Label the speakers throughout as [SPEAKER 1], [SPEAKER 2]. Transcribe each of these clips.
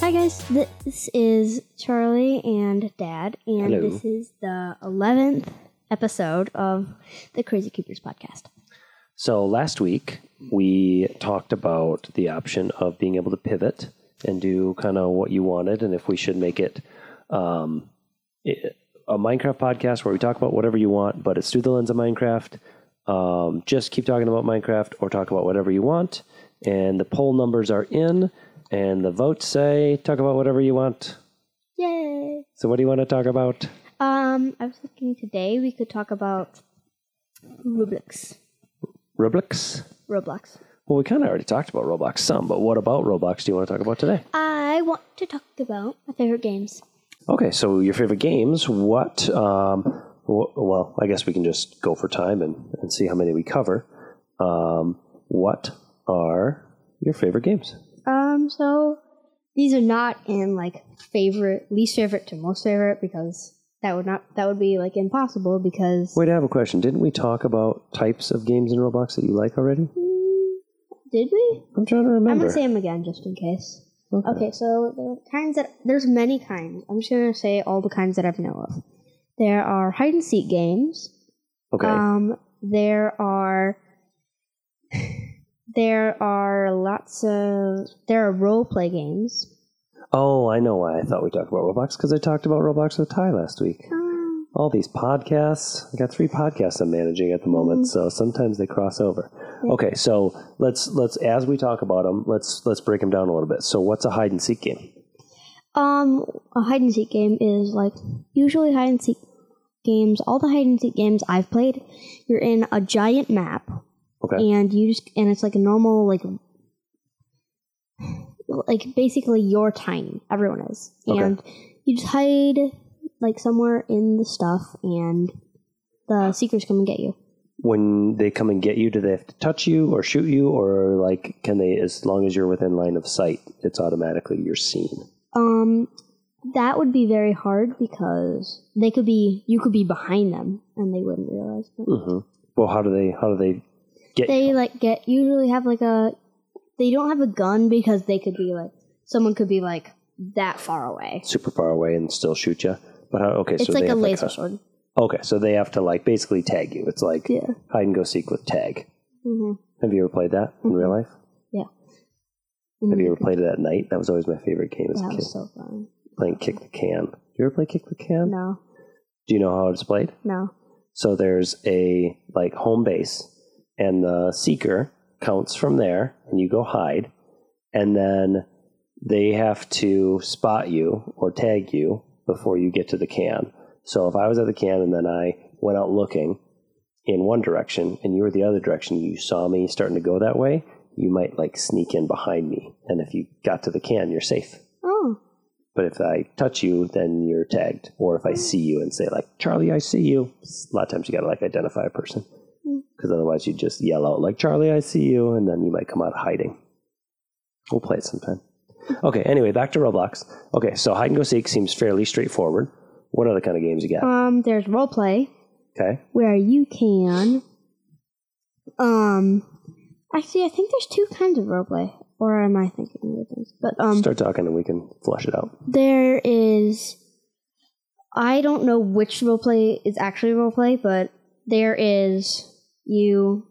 [SPEAKER 1] Hi guys, this is Charlie and Dad, and
[SPEAKER 2] Hello.
[SPEAKER 1] this is the eleventh episode of the Crazy Coopers podcast.
[SPEAKER 2] So last week we talked about the option of being able to pivot and do kind of what you wanted, and if we should make it um, i- a Minecraft podcast where we talk about whatever you want, but it's through the lens of Minecraft. Um, just keep talking about Minecraft or talk about whatever you want. And the poll numbers are in, and the votes say talk about whatever you want.
[SPEAKER 1] Yay!
[SPEAKER 2] So what do you want to talk about?
[SPEAKER 1] Um, I was thinking today we could talk about Roblox.
[SPEAKER 2] Roblox.
[SPEAKER 1] Roblox.
[SPEAKER 2] Well, we kind of already talked about Roblox some, but what about Roblox do you want to talk about today?
[SPEAKER 1] I want to talk about my favorite games.
[SPEAKER 2] Okay, so your favorite games. What? Um, wh- well, I guess we can just go for time and, and see how many we cover. Um, what are your favorite games?
[SPEAKER 1] Um, so these are not in like favorite, least favorite to most favorite because that would not that would be like impossible because
[SPEAKER 2] Wait, I have a question. Didn't we talk about types of games in Roblox that you like already?
[SPEAKER 1] did we?
[SPEAKER 2] I'm trying to remember.
[SPEAKER 1] I'm gonna say them again just in case.
[SPEAKER 2] Okay.
[SPEAKER 1] Okay, so the kinds that there's many kinds. I'm just gonna say all the kinds that I've know of. There are hide and seek games.
[SPEAKER 2] Okay.
[SPEAKER 1] Um, there are there are lots of there are role play games.
[SPEAKER 2] oh, I know why I thought we talked about Roblox because I talked about Roblox with Ty last week.
[SPEAKER 1] Um,
[SPEAKER 2] all these podcasts. I got three podcasts I'm managing at the moment,
[SPEAKER 1] Mm-hmm.
[SPEAKER 2] so sometimes they cross over. Okay, so let's let's as we talk about them, let's let's break them down a little bit. So what's a hide and seek game?
[SPEAKER 1] Um, a hide and seek game is like usually hide and seek games. All the hide and seek games I've played, you're in a giant map,
[SPEAKER 2] Okay,
[SPEAKER 1] and you just and it's like a normal like like basically you're tiny. Everyone is,
[SPEAKER 2] Okay.
[SPEAKER 1] and you just hide like somewhere in the stuff, and the seekers come and get you.
[SPEAKER 2] when they come and get you, do they have to touch you or shoot you, or like can they? As long as you're within line of sight, it's automatically you're seen.
[SPEAKER 1] Um, that would be very hard because they could be you could be behind them and they wouldn't realize. It.
[SPEAKER 2] hmm Well, how do they? How do they get?
[SPEAKER 1] they like get usually have like a they don't have a gun because they could be like someone could be like that far away.
[SPEAKER 2] super far away and still shoot you. But how, okay,
[SPEAKER 1] It's
[SPEAKER 2] so
[SPEAKER 1] like
[SPEAKER 2] they
[SPEAKER 1] a
[SPEAKER 2] have
[SPEAKER 1] laser
[SPEAKER 2] like
[SPEAKER 1] sword.
[SPEAKER 2] a, okay, so they have to like basically tag you. It's like
[SPEAKER 1] Yeah.
[SPEAKER 2] hide and go seek with tag.
[SPEAKER 1] hmm
[SPEAKER 2] Have you ever played that in real
[SPEAKER 1] Mm-hmm.
[SPEAKER 2] life? Have you ever played it at night? That was always my favorite game as a
[SPEAKER 1] That
[SPEAKER 2] kid.
[SPEAKER 1] was so fun.
[SPEAKER 2] Playing Kick the Can. You ever play Kick the Can?
[SPEAKER 1] No,
[SPEAKER 2] Do you know how it's played?
[SPEAKER 1] no.
[SPEAKER 2] So there's a like home base, and the seeker counts from there, and you go hide, and then they have to spot you or tag you before you get to the can. So if I was at the can and then I went out looking in one direction and you were the other direction, you saw me starting to go that way, you might like sneak in behind me, and if you got to the can, you're safe.
[SPEAKER 1] Oh,
[SPEAKER 2] But if I touch you, then you're tagged. Or if I see you and say like, "Charlie, I see you," a lot of times you gotta like identify a person,
[SPEAKER 1] Mm.
[SPEAKER 2] because otherwise you just yell out like, "Charlie, I see you," and then you might come out hiding. We'll play it sometime. Okay. Anyway, back to Roblox. Okay, so hide and go seek seems fairly straightforward. What other kind of games you got?
[SPEAKER 1] um, there's role play
[SPEAKER 2] Okay.
[SPEAKER 1] where you can, um, actually I think there's two kinds of role play. Or am I thinking of other things? But um,
[SPEAKER 2] Start talking and we can flush it out.
[SPEAKER 1] there is i don't know which roleplay is actually roleplay but there is you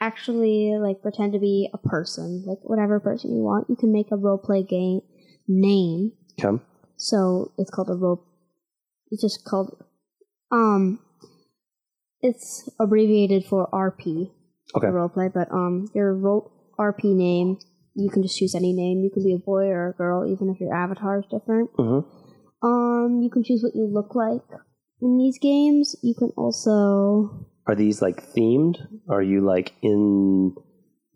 [SPEAKER 1] actually like pretend to be a person like whatever person you want you can make a roleplay game name
[SPEAKER 2] Come.
[SPEAKER 1] so it's called a role it's just called um it's abbreviated for rp
[SPEAKER 2] Okay.
[SPEAKER 1] for roleplay but um your role rp name you can just choose any name you can be a boy or a girl even if your avatar is different
[SPEAKER 2] Mm-hmm.
[SPEAKER 1] um, you can choose what you look like in these games. You can also
[SPEAKER 2] Are these like themed? Are you like in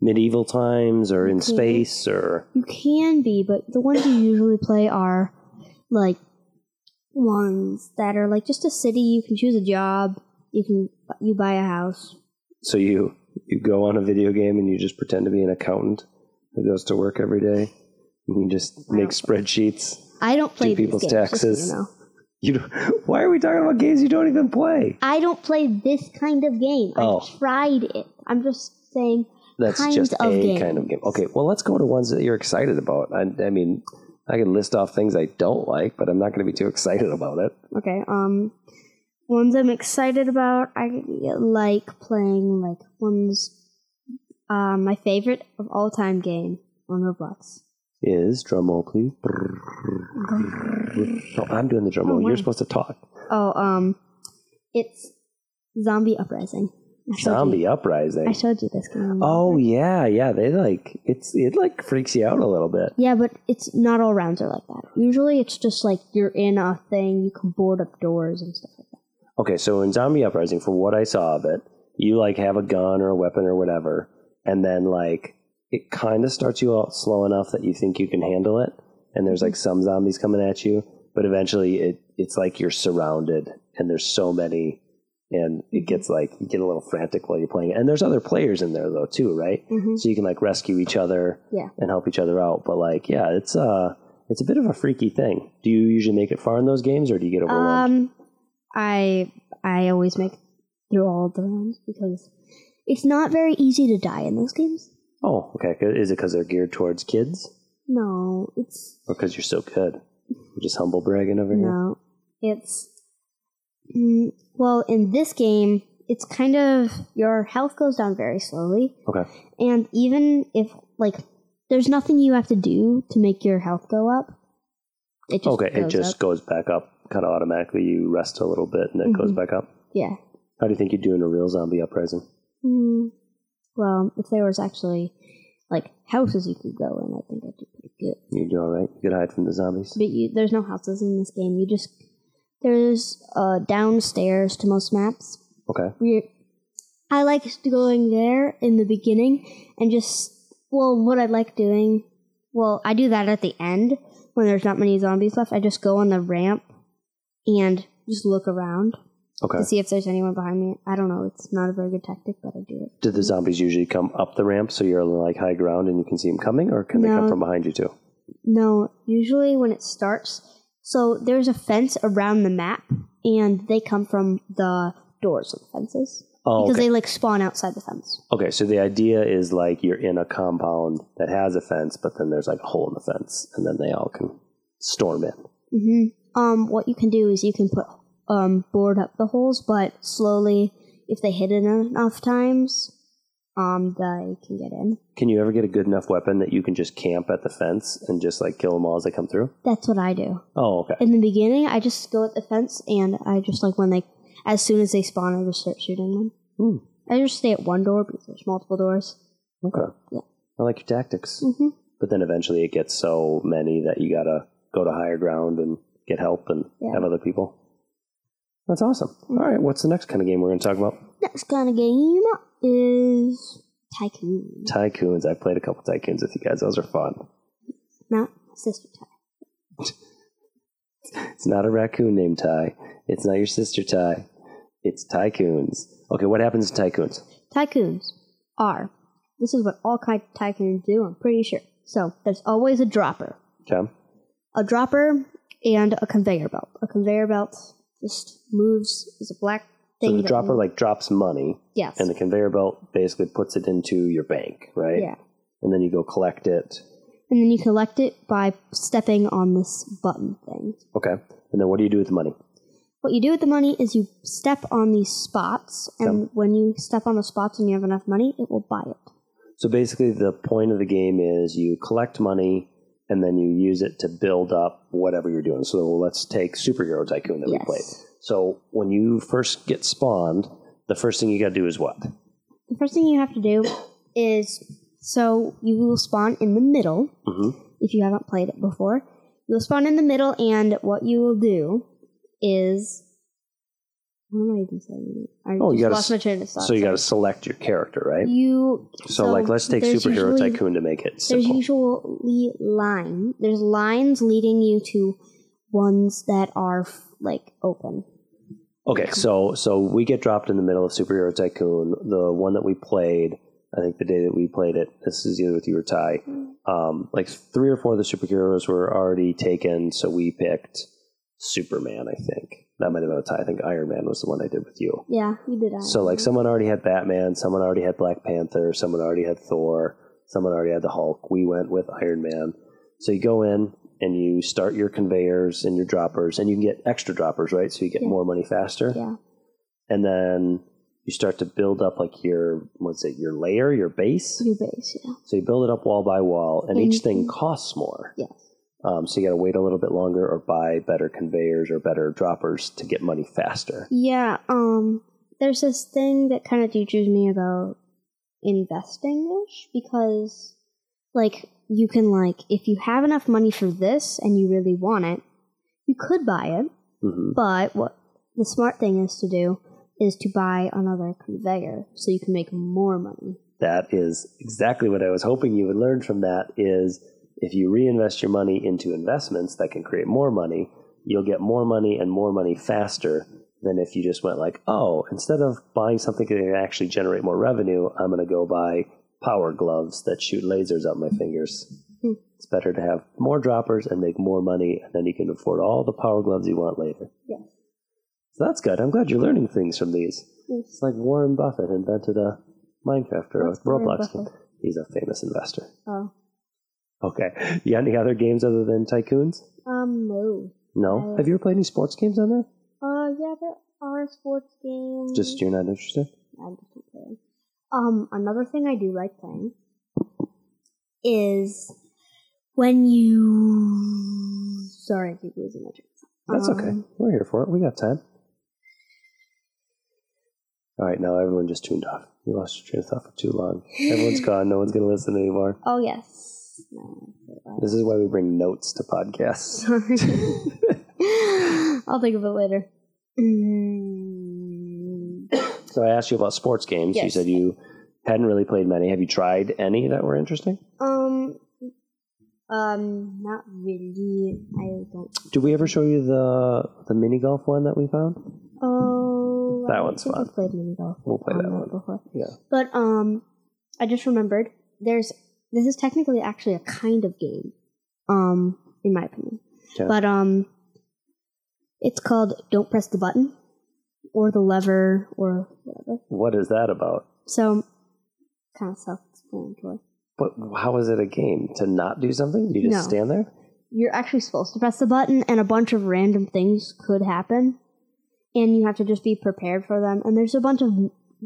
[SPEAKER 2] medieval times or in
[SPEAKER 1] Mhm.
[SPEAKER 2] space or?
[SPEAKER 1] you can be, but the ones you usually play are like ones that are like just a city. You can choose a job. You can you buy a house.
[SPEAKER 2] So you you go on a video game and you just pretend to be an accountant who goes to work every day. And you just
[SPEAKER 1] I
[SPEAKER 2] make
[SPEAKER 1] don't-
[SPEAKER 2] spreadsheets.
[SPEAKER 1] I don't play these
[SPEAKER 2] people's
[SPEAKER 1] games, just so
[SPEAKER 2] taxes.
[SPEAKER 1] you know.
[SPEAKER 2] You don't, why are we talking about games you don't even play?
[SPEAKER 1] I don't play this kind of game.
[SPEAKER 2] Oh.
[SPEAKER 1] I've tried it. I'm just saying.
[SPEAKER 2] That's
[SPEAKER 1] Kinds
[SPEAKER 2] just
[SPEAKER 1] of
[SPEAKER 2] a
[SPEAKER 1] games.
[SPEAKER 2] kind of game. Okay, well let's go to ones that you're excited about. I, I mean, I could list off things I don't like, but I'm not going to be too excited about it.
[SPEAKER 1] Okay. Um, ones I'm excited about. I like playing like ones. Uh, my favorite of all time game on Roblox.
[SPEAKER 2] Is drum roll, please. No, I'm doing the drum roll.
[SPEAKER 1] Oh, wow.
[SPEAKER 2] You're supposed to talk.
[SPEAKER 1] Oh, um, it's Zombie Uprising. I showed you-
[SPEAKER 2] Zombie
[SPEAKER 1] I
[SPEAKER 2] Uprising.
[SPEAKER 1] showed you this game.
[SPEAKER 2] Oh yeah, yeah. They like it's it like freaks you out a little bit.
[SPEAKER 1] Yeah, but it's not all rounds are like that. Usually, it's just like you're in a thing. You can board up doors and stuff like that.
[SPEAKER 2] Okay, so in Zombie Uprising, from what I saw of it, you like have a gun or a weapon or whatever, and then like it kind of starts you out slow enough that you think you can handle it, and there's like some zombies coming at you, but eventually it it's like you're surrounded and there's so many, and it gets like you get a little frantic while you're playing it, and there's other players in there though too, right?
[SPEAKER 1] Mm-hmm.
[SPEAKER 2] So you can like rescue each other
[SPEAKER 1] Yeah.
[SPEAKER 2] and help each other out, but like yeah, it's uh it's a bit of a freaky thing. Do you usually make it far in those games, or do you get overwhelmed?
[SPEAKER 1] Um, I I always make through all of the rounds because it's not very easy to die in those games.
[SPEAKER 2] Oh, okay. Is it because they're geared towards kids,
[SPEAKER 1] No, it's
[SPEAKER 2] or because you're so good? You're just humble bragging over here.
[SPEAKER 1] no, it's mm, well in this game it's kind of your health goes down very slowly,
[SPEAKER 2] Okay.
[SPEAKER 1] and even if like there's nothing you have to do to make your health go up. It just
[SPEAKER 2] okay, it
[SPEAKER 1] goes
[SPEAKER 2] just
[SPEAKER 1] up.
[SPEAKER 2] goes back up kind of automatically. You rest a little bit, and it goes
[SPEAKER 1] Mhm.
[SPEAKER 2] back up.
[SPEAKER 1] yeah.
[SPEAKER 2] How do you think you do in a real zombie uprising?
[SPEAKER 1] Mm, well, if there was actually like houses you could go in, I think I'd do pretty good.
[SPEAKER 2] You do all right. You could hide from the zombies.
[SPEAKER 1] But you, there's no houses in this game. You just there's uh, downstairs to most maps.
[SPEAKER 2] Okay.
[SPEAKER 1] We, I like going there in the beginning and just well, what I like doing. Well, I do that at the end when there's not many zombies left. I just go on the ramp and just look around
[SPEAKER 2] Okay.
[SPEAKER 1] to see if there's anyone behind me. I don't know. It's not a very good tactic, but I do it.
[SPEAKER 2] Do the zombies usually come up the ramp so you're on like high ground and you can see them coming, or can they come
[SPEAKER 1] No.
[SPEAKER 2] from behind you too?
[SPEAKER 1] No, usually when it starts, so there's a fence around the map, and they come from the doors of the fences
[SPEAKER 2] Oh,
[SPEAKER 1] because
[SPEAKER 2] okay.
[SPEAKER 1] they like spawn outside the fence.
[SPEAKER 2] okay. So the idea is like you're in a compound that has a fence, but then there's like a hole in the fence, and then they all can storm in.
[SPEAKER 1] hmm Um, what you can do is you can put um board up the holes, but slowly, if they hit it enough times, um, they can get in.
[SPEAKER 2] Can you ever get a good enough weapon that you can just camp at the fence and just like kill them all as they come through?
[SPEAKER 1] That's what I do.
[SPEAKER 2] Oh, okay.
[SPEAKER 1] In the beginning, I just go at the fence, and I just like when they, as soon as they spawn, I just start shooting them.
[SPEAKER 2] Hmm.
[SPEAKER 1] I just stay at one door because there's multiple doors.
[SPEAKER 2] Okay.
[SPEAKER 1] Yeah.
[SPEAKER 2] I like your tactics.
[SPEAKER 1] Mm-hmm.
[SPEAKER 2] But then eventually it gets so many that you gotta go to higher ground and get help and
[SPEAKER 1] Yeah.
[SPEAKER 2] have other people. That's awesome. All right, what's the next kind of game we're gonna talk about?
[SPEAKER 1] Next kind of game is Tycoon.
[SPEAKER 2] Tycoons. I played a couple tycoons with you guys. Those are fun.
[SPEAKER 1] Not Sister Tycoon.
[SPEAKER 2] It's not a raccoon named Ty. It's not your sister Ty. It's tycoons. Okay, what happens to tycoons?
[SPEAKER 1] Tycoons are. This is what all kind tycoons do, I'm pretty sure. So there's always a dropper.
[SPEAKER 2] Okay.
[SPEAKER 1] A dropper and a conveyor belt. A conveyor belt just moves is a black thing.
[SPEAKER 2] So the
[SPEAKER 1] that-
[SPEAKER 2] dropper like drops money
[SPEAKER 1] Yes.
[SPEAKER 2] and the conveyor belt basically puts it into your bank, right?
[SPEAKER 1] yeah.
[SPEAKER 2] And then you go collect it.
[SPEAKER 1] And then you collect it by stepping on this button thing.
[SPEAKER 2] Okay. And then what do you do with the money?
[SPEAKER 1] What you do with the money is you step on these spots, and when you step on the spots and you have enough money, it will buy it.
[SPEAKER 2] So basically, the point of the game is you collect money and then you use it to build up whatever you're doing. So let's take Superhero Tycoon that we
[SPEAKER 1] Yes.
[SPEAKER 2] played. So when you first get spawned, the first thing you got to do is what?
[SPEAKER 1] The first thing you have to do is so you will spawn in the middle
[SPEAKER 2] hmm
[SPEAKER 1] if you haven't played it before. You'll spawn in the middle, and what you will do is what am I even saying? I
[SPEAKER 2] Oh, you
[SPEAKER 1] just
[SPEAKER 2] gotta
[SPEAKER 1] lost
[SPEAKER 2] s-
[SPEAKER 1] my train of thought.
[SPEAKER 2] So you got to
[SPEAKER 1] sorry.
[SPEAKER 2] select your character, right?
[SPEAKER 1] you
[SPEAKER 2] so, like, let's take
[SPEAKER 1] there's
[SPEAKER 2] Superhero
[SPEAKER 1] usually-
[SPEAKER 2] Tycoon to make it
[SPEAKER 1] There's
[SPEAKER 2] simple.
[SPEAKER 1] usually line. There's lines leading you to ones that are f- like open.
[SPEAKER 2] Okay, so so we get dropped in the middle of Superhero Tycoon, the one that we played. I think the day that we played it, this is either with you or Ty. Um, like three or four of the superheroes were already taken, so we picked Superman. I think that might have been a tie. I think Iron Man was the one I did with you.
[SPEAKER 1] Yeah, you did. Iron
[SPEAKER 2] So like
[SPEAKER 1] Man.
[SPEAKER 2] someone already had Batman, someone already had Black Panther, someone already had Thor, someone already had the Hulk. We went with Iron Man. So you go in, and you start your conveyors and your droppers, and you can get extra droppers, right? So you get
[SPEAKER 1] Yeah.
[SPEAKER 2] more money faster.
[SPEAKER 1] Yeah.
[SPEAKER 2] And then you start to build up like your what's it, your layer, your base.
[SPEAKER 1] New base, yeah.
[SPEAKER 2] So you build it up wall by wall, and each
[SPEAKER 1] Mhm.
[SPEAKER 2] thing costs more.
[SPEAKER 1] Yes.
[SPEAKER 2] Um, so you got to wait a little bit longer, or buy better conveyors or better droppers to get money faster.
[SPEAKER 1] Yeah, um, there's this thing that kind of teaches me about investing ish because, like, you can, like, if you have enough money for this and you really want it, you could buy it,
[SPEAKER 2] hmm
[SPEAKER 1] but what the smart thing is to do is to buy another conveyor so you can make more money.
[SPEAKER 2] That is exactly what I was hoping you would learn from that. Is if you reinvest your money into investments that can create more money, you'll get more money and more money faster than if you just went like, oh, instead of buying something that can actually generate more revenue, I'm going to go buy power gloves that shoot lasers up my fingers.
[SPEAKER 1] Hmm.
[SPEAKER 2] It's better to have more droppers and make more money, and then you can afford all the power gloves you want later.
[SPEAKER 1] Yes.
[SPEAKER 2] So that's good. I'm glad you're learning things from these.
[SPEAKER 1] Yes.
[SPEAKER 2] It's like Warren Buffett invented a Minecraft or a
[SPEAKER 1] That's Warren
[SPEAKER 2] Roblox game.
[SPEAKER 1] Buffett.
[SPEAKER 2] He's a famous investor.
[SPEAKER 1] Oh,
[SPEAKER 2] Okay. You got any other games other than Tycoons?
[SPEAKER 1] um, no.
[SPEAKER 2] No.
[SPEAKER 1] Uh,
[SPEAKER 2] Have you ever played any sports games on there?
[SPEAKER 1] Uh, yeah, there are sports games.
[SPEAKER 2] Just you're not interested?
[SPEAKER 1] I'm just not playing. Um, another thing I do like playing is when you. Sorry, I keep losing my train. of
[SPEAKER 2] That's
[SPEAKER 1] thought.
[SPEAKER 2] okay.
[SPEAKER 1] Um,
[SPEAKER 2] We're here for it. We got time. All right, now everyone just tuned off. You lost your train of thought for too long. Everyone's gone. No one's going to listen anymore.
[SPEAKER 1] Oh yes. No. I
[SPEAKER 2] This is why we bring notes to podcasts.
[SPEAKER 1] forgot. Sorry. I'll think of it later. Mm,
[SPEAKER 2] So I asked you about sports games. You
[SPEAKER 1] Yes.
[SPEAKER 2] said you hadn't really played many. Have you tried any that were interesting?
[SPEAKER 1] um. Um. Not really. I don't.
[SPEAKER 2] Did we ever show you the the mini golf one that we found?
[SPEAKER 1] Oh.
[SPEAKER 2] That
[SPEAKER 1] I
[SPEAKER 2] one's
[SPEAKER 1] think
[SPEAKER 2] fun.
[SPEAKER 1] I played mini golf.
[SPEAKER 2] We'll play
[SPEAKER 1] on
[SPEAKER 2] that
[SPEAKER 1] that
[SPEAKER 2] one.
[SPEAKER 1] before.
[SPEAKER 2] Yeah.
[SPEAKER 1] But um, I just remembered there's this is technically actually a kind of game, um, in my opinion.
[SPEAKER 2] Okay.
[SPEAKER 1] But um, it's called "Don't Press the Button" or the lever or whatever.
[SPEAKER 2] What is that about?
[SPEAKER 1] So kind of self-explanatory.
[SPEAKER 2] But how is it a game to not do something? You just
[SPEAKER 1] No.
[SPEAKER 2] stand there.
[SPEAKER 1] You're actually supposed to press the button, and a bunch of random things could happen, and you have to just be prepared for them. And there's a bunch of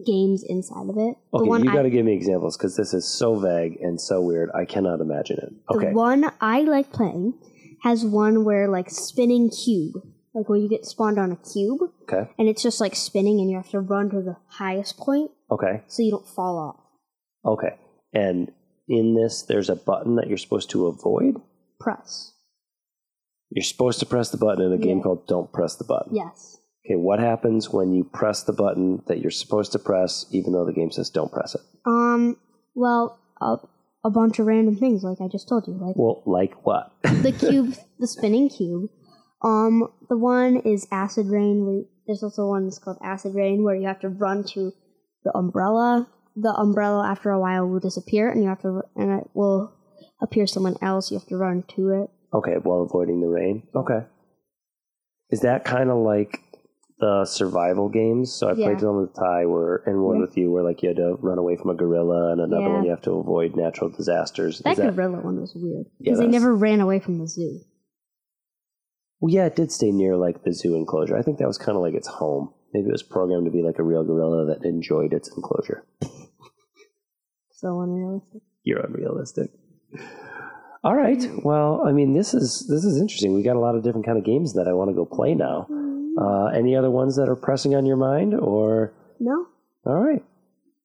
[SPEAKER 1] games inside of it. the
[SPEAKER 2] Okay,
[SPEAKER 1] one
[SPEAKER 2] you
[SPEAKER 1] I
[SPEAKER 2] got to give me examples because this is so vague and so weird. I cannot imagine it. Okay,
[SPEAKER 1] The one I like playing has one where like spinning cube, like where you get spawned on a cube
[SPEAKER 2] okay,
[SPEAKER 1] and it's just like spinning and you have to run to the highest point
[SPEAKER 2] okay,
[SPEAKER 1] so you don't fall off.
[SPEAKER 2] okay. And in this, there's a button that you're supposed to avoid.
[SPEAKER 1] Press.
[SPEAKER 2] You're supposed to press the button in a game
[SPEAKER 1] Yeah.
[SPEAKER 2] called "Don't Press the Button."
[SPEAKER 1] Yes.
[SPEAKER 2] Okay, what happens when you press the button that you're supposed to press, even though the game says "Don't press it"?
[SPEAKER 1] Um well a, a bunch of random things like I just told you. Like
[SPEAKER 2] Well, like what?
[SPEAKER 1] the cube the spinning cube. Um the one is acid rain where there's also one that's called acid rain where you have to run to the umbrella. The umbrella after a while will disappear and you have to and it will appear someone else, you have to run to it.
[SPEAKER 2] Okay, while avoiding the rain. Okay. Is that kind of like the survival games? So I played
[SPEAKER 1] Yeah.
[SPEAKER 2] one with Ty where, and one
[SPEAKER 1] Yeah.
[SPEAKER 2] with you where like you had to run away from a gorilla and another
[SPEAKER 1] Yeah.
[SPEAKER 2] one you have to avoid natural disasters.
[SPEAKER 1] That
[SPEAKER 2] Is that,
[SPEAKER 1] gorilla one was weird.
[SPEAKER 2] Yeah,
[SPEAKER 1] Because they
[SPEAKER 2] that's-
[SPEAKER 1] never ran away from the zoo.
[SPEAKER 2] well, yeah, it did stay near like the zoo enclosure. I think that was kind of like its home. Maybe it was programmed to be like a real gorilla that enjoyed its enclosure.
[SPEAKER 1] So unrealistic.
[SPEAKER 2] You're unrealistic. All right. Well, I mean, this is this is interesting. We got a lot of different kind of games that I want to go play now. Uh, any other ones that are pressing on your mind, or
[SPEAKER 1] No?
[SPEAKER 2] All right.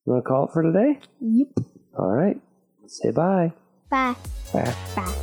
[SPEAKER 2] You want to call it for today?
[SPEAKER 1] Yep.
[SPEAKER 2] All right. Say bye.
[SPEAKER 1] Bye.
[SPEAKER 2] Bye.
[SPEAKER 1] Bye.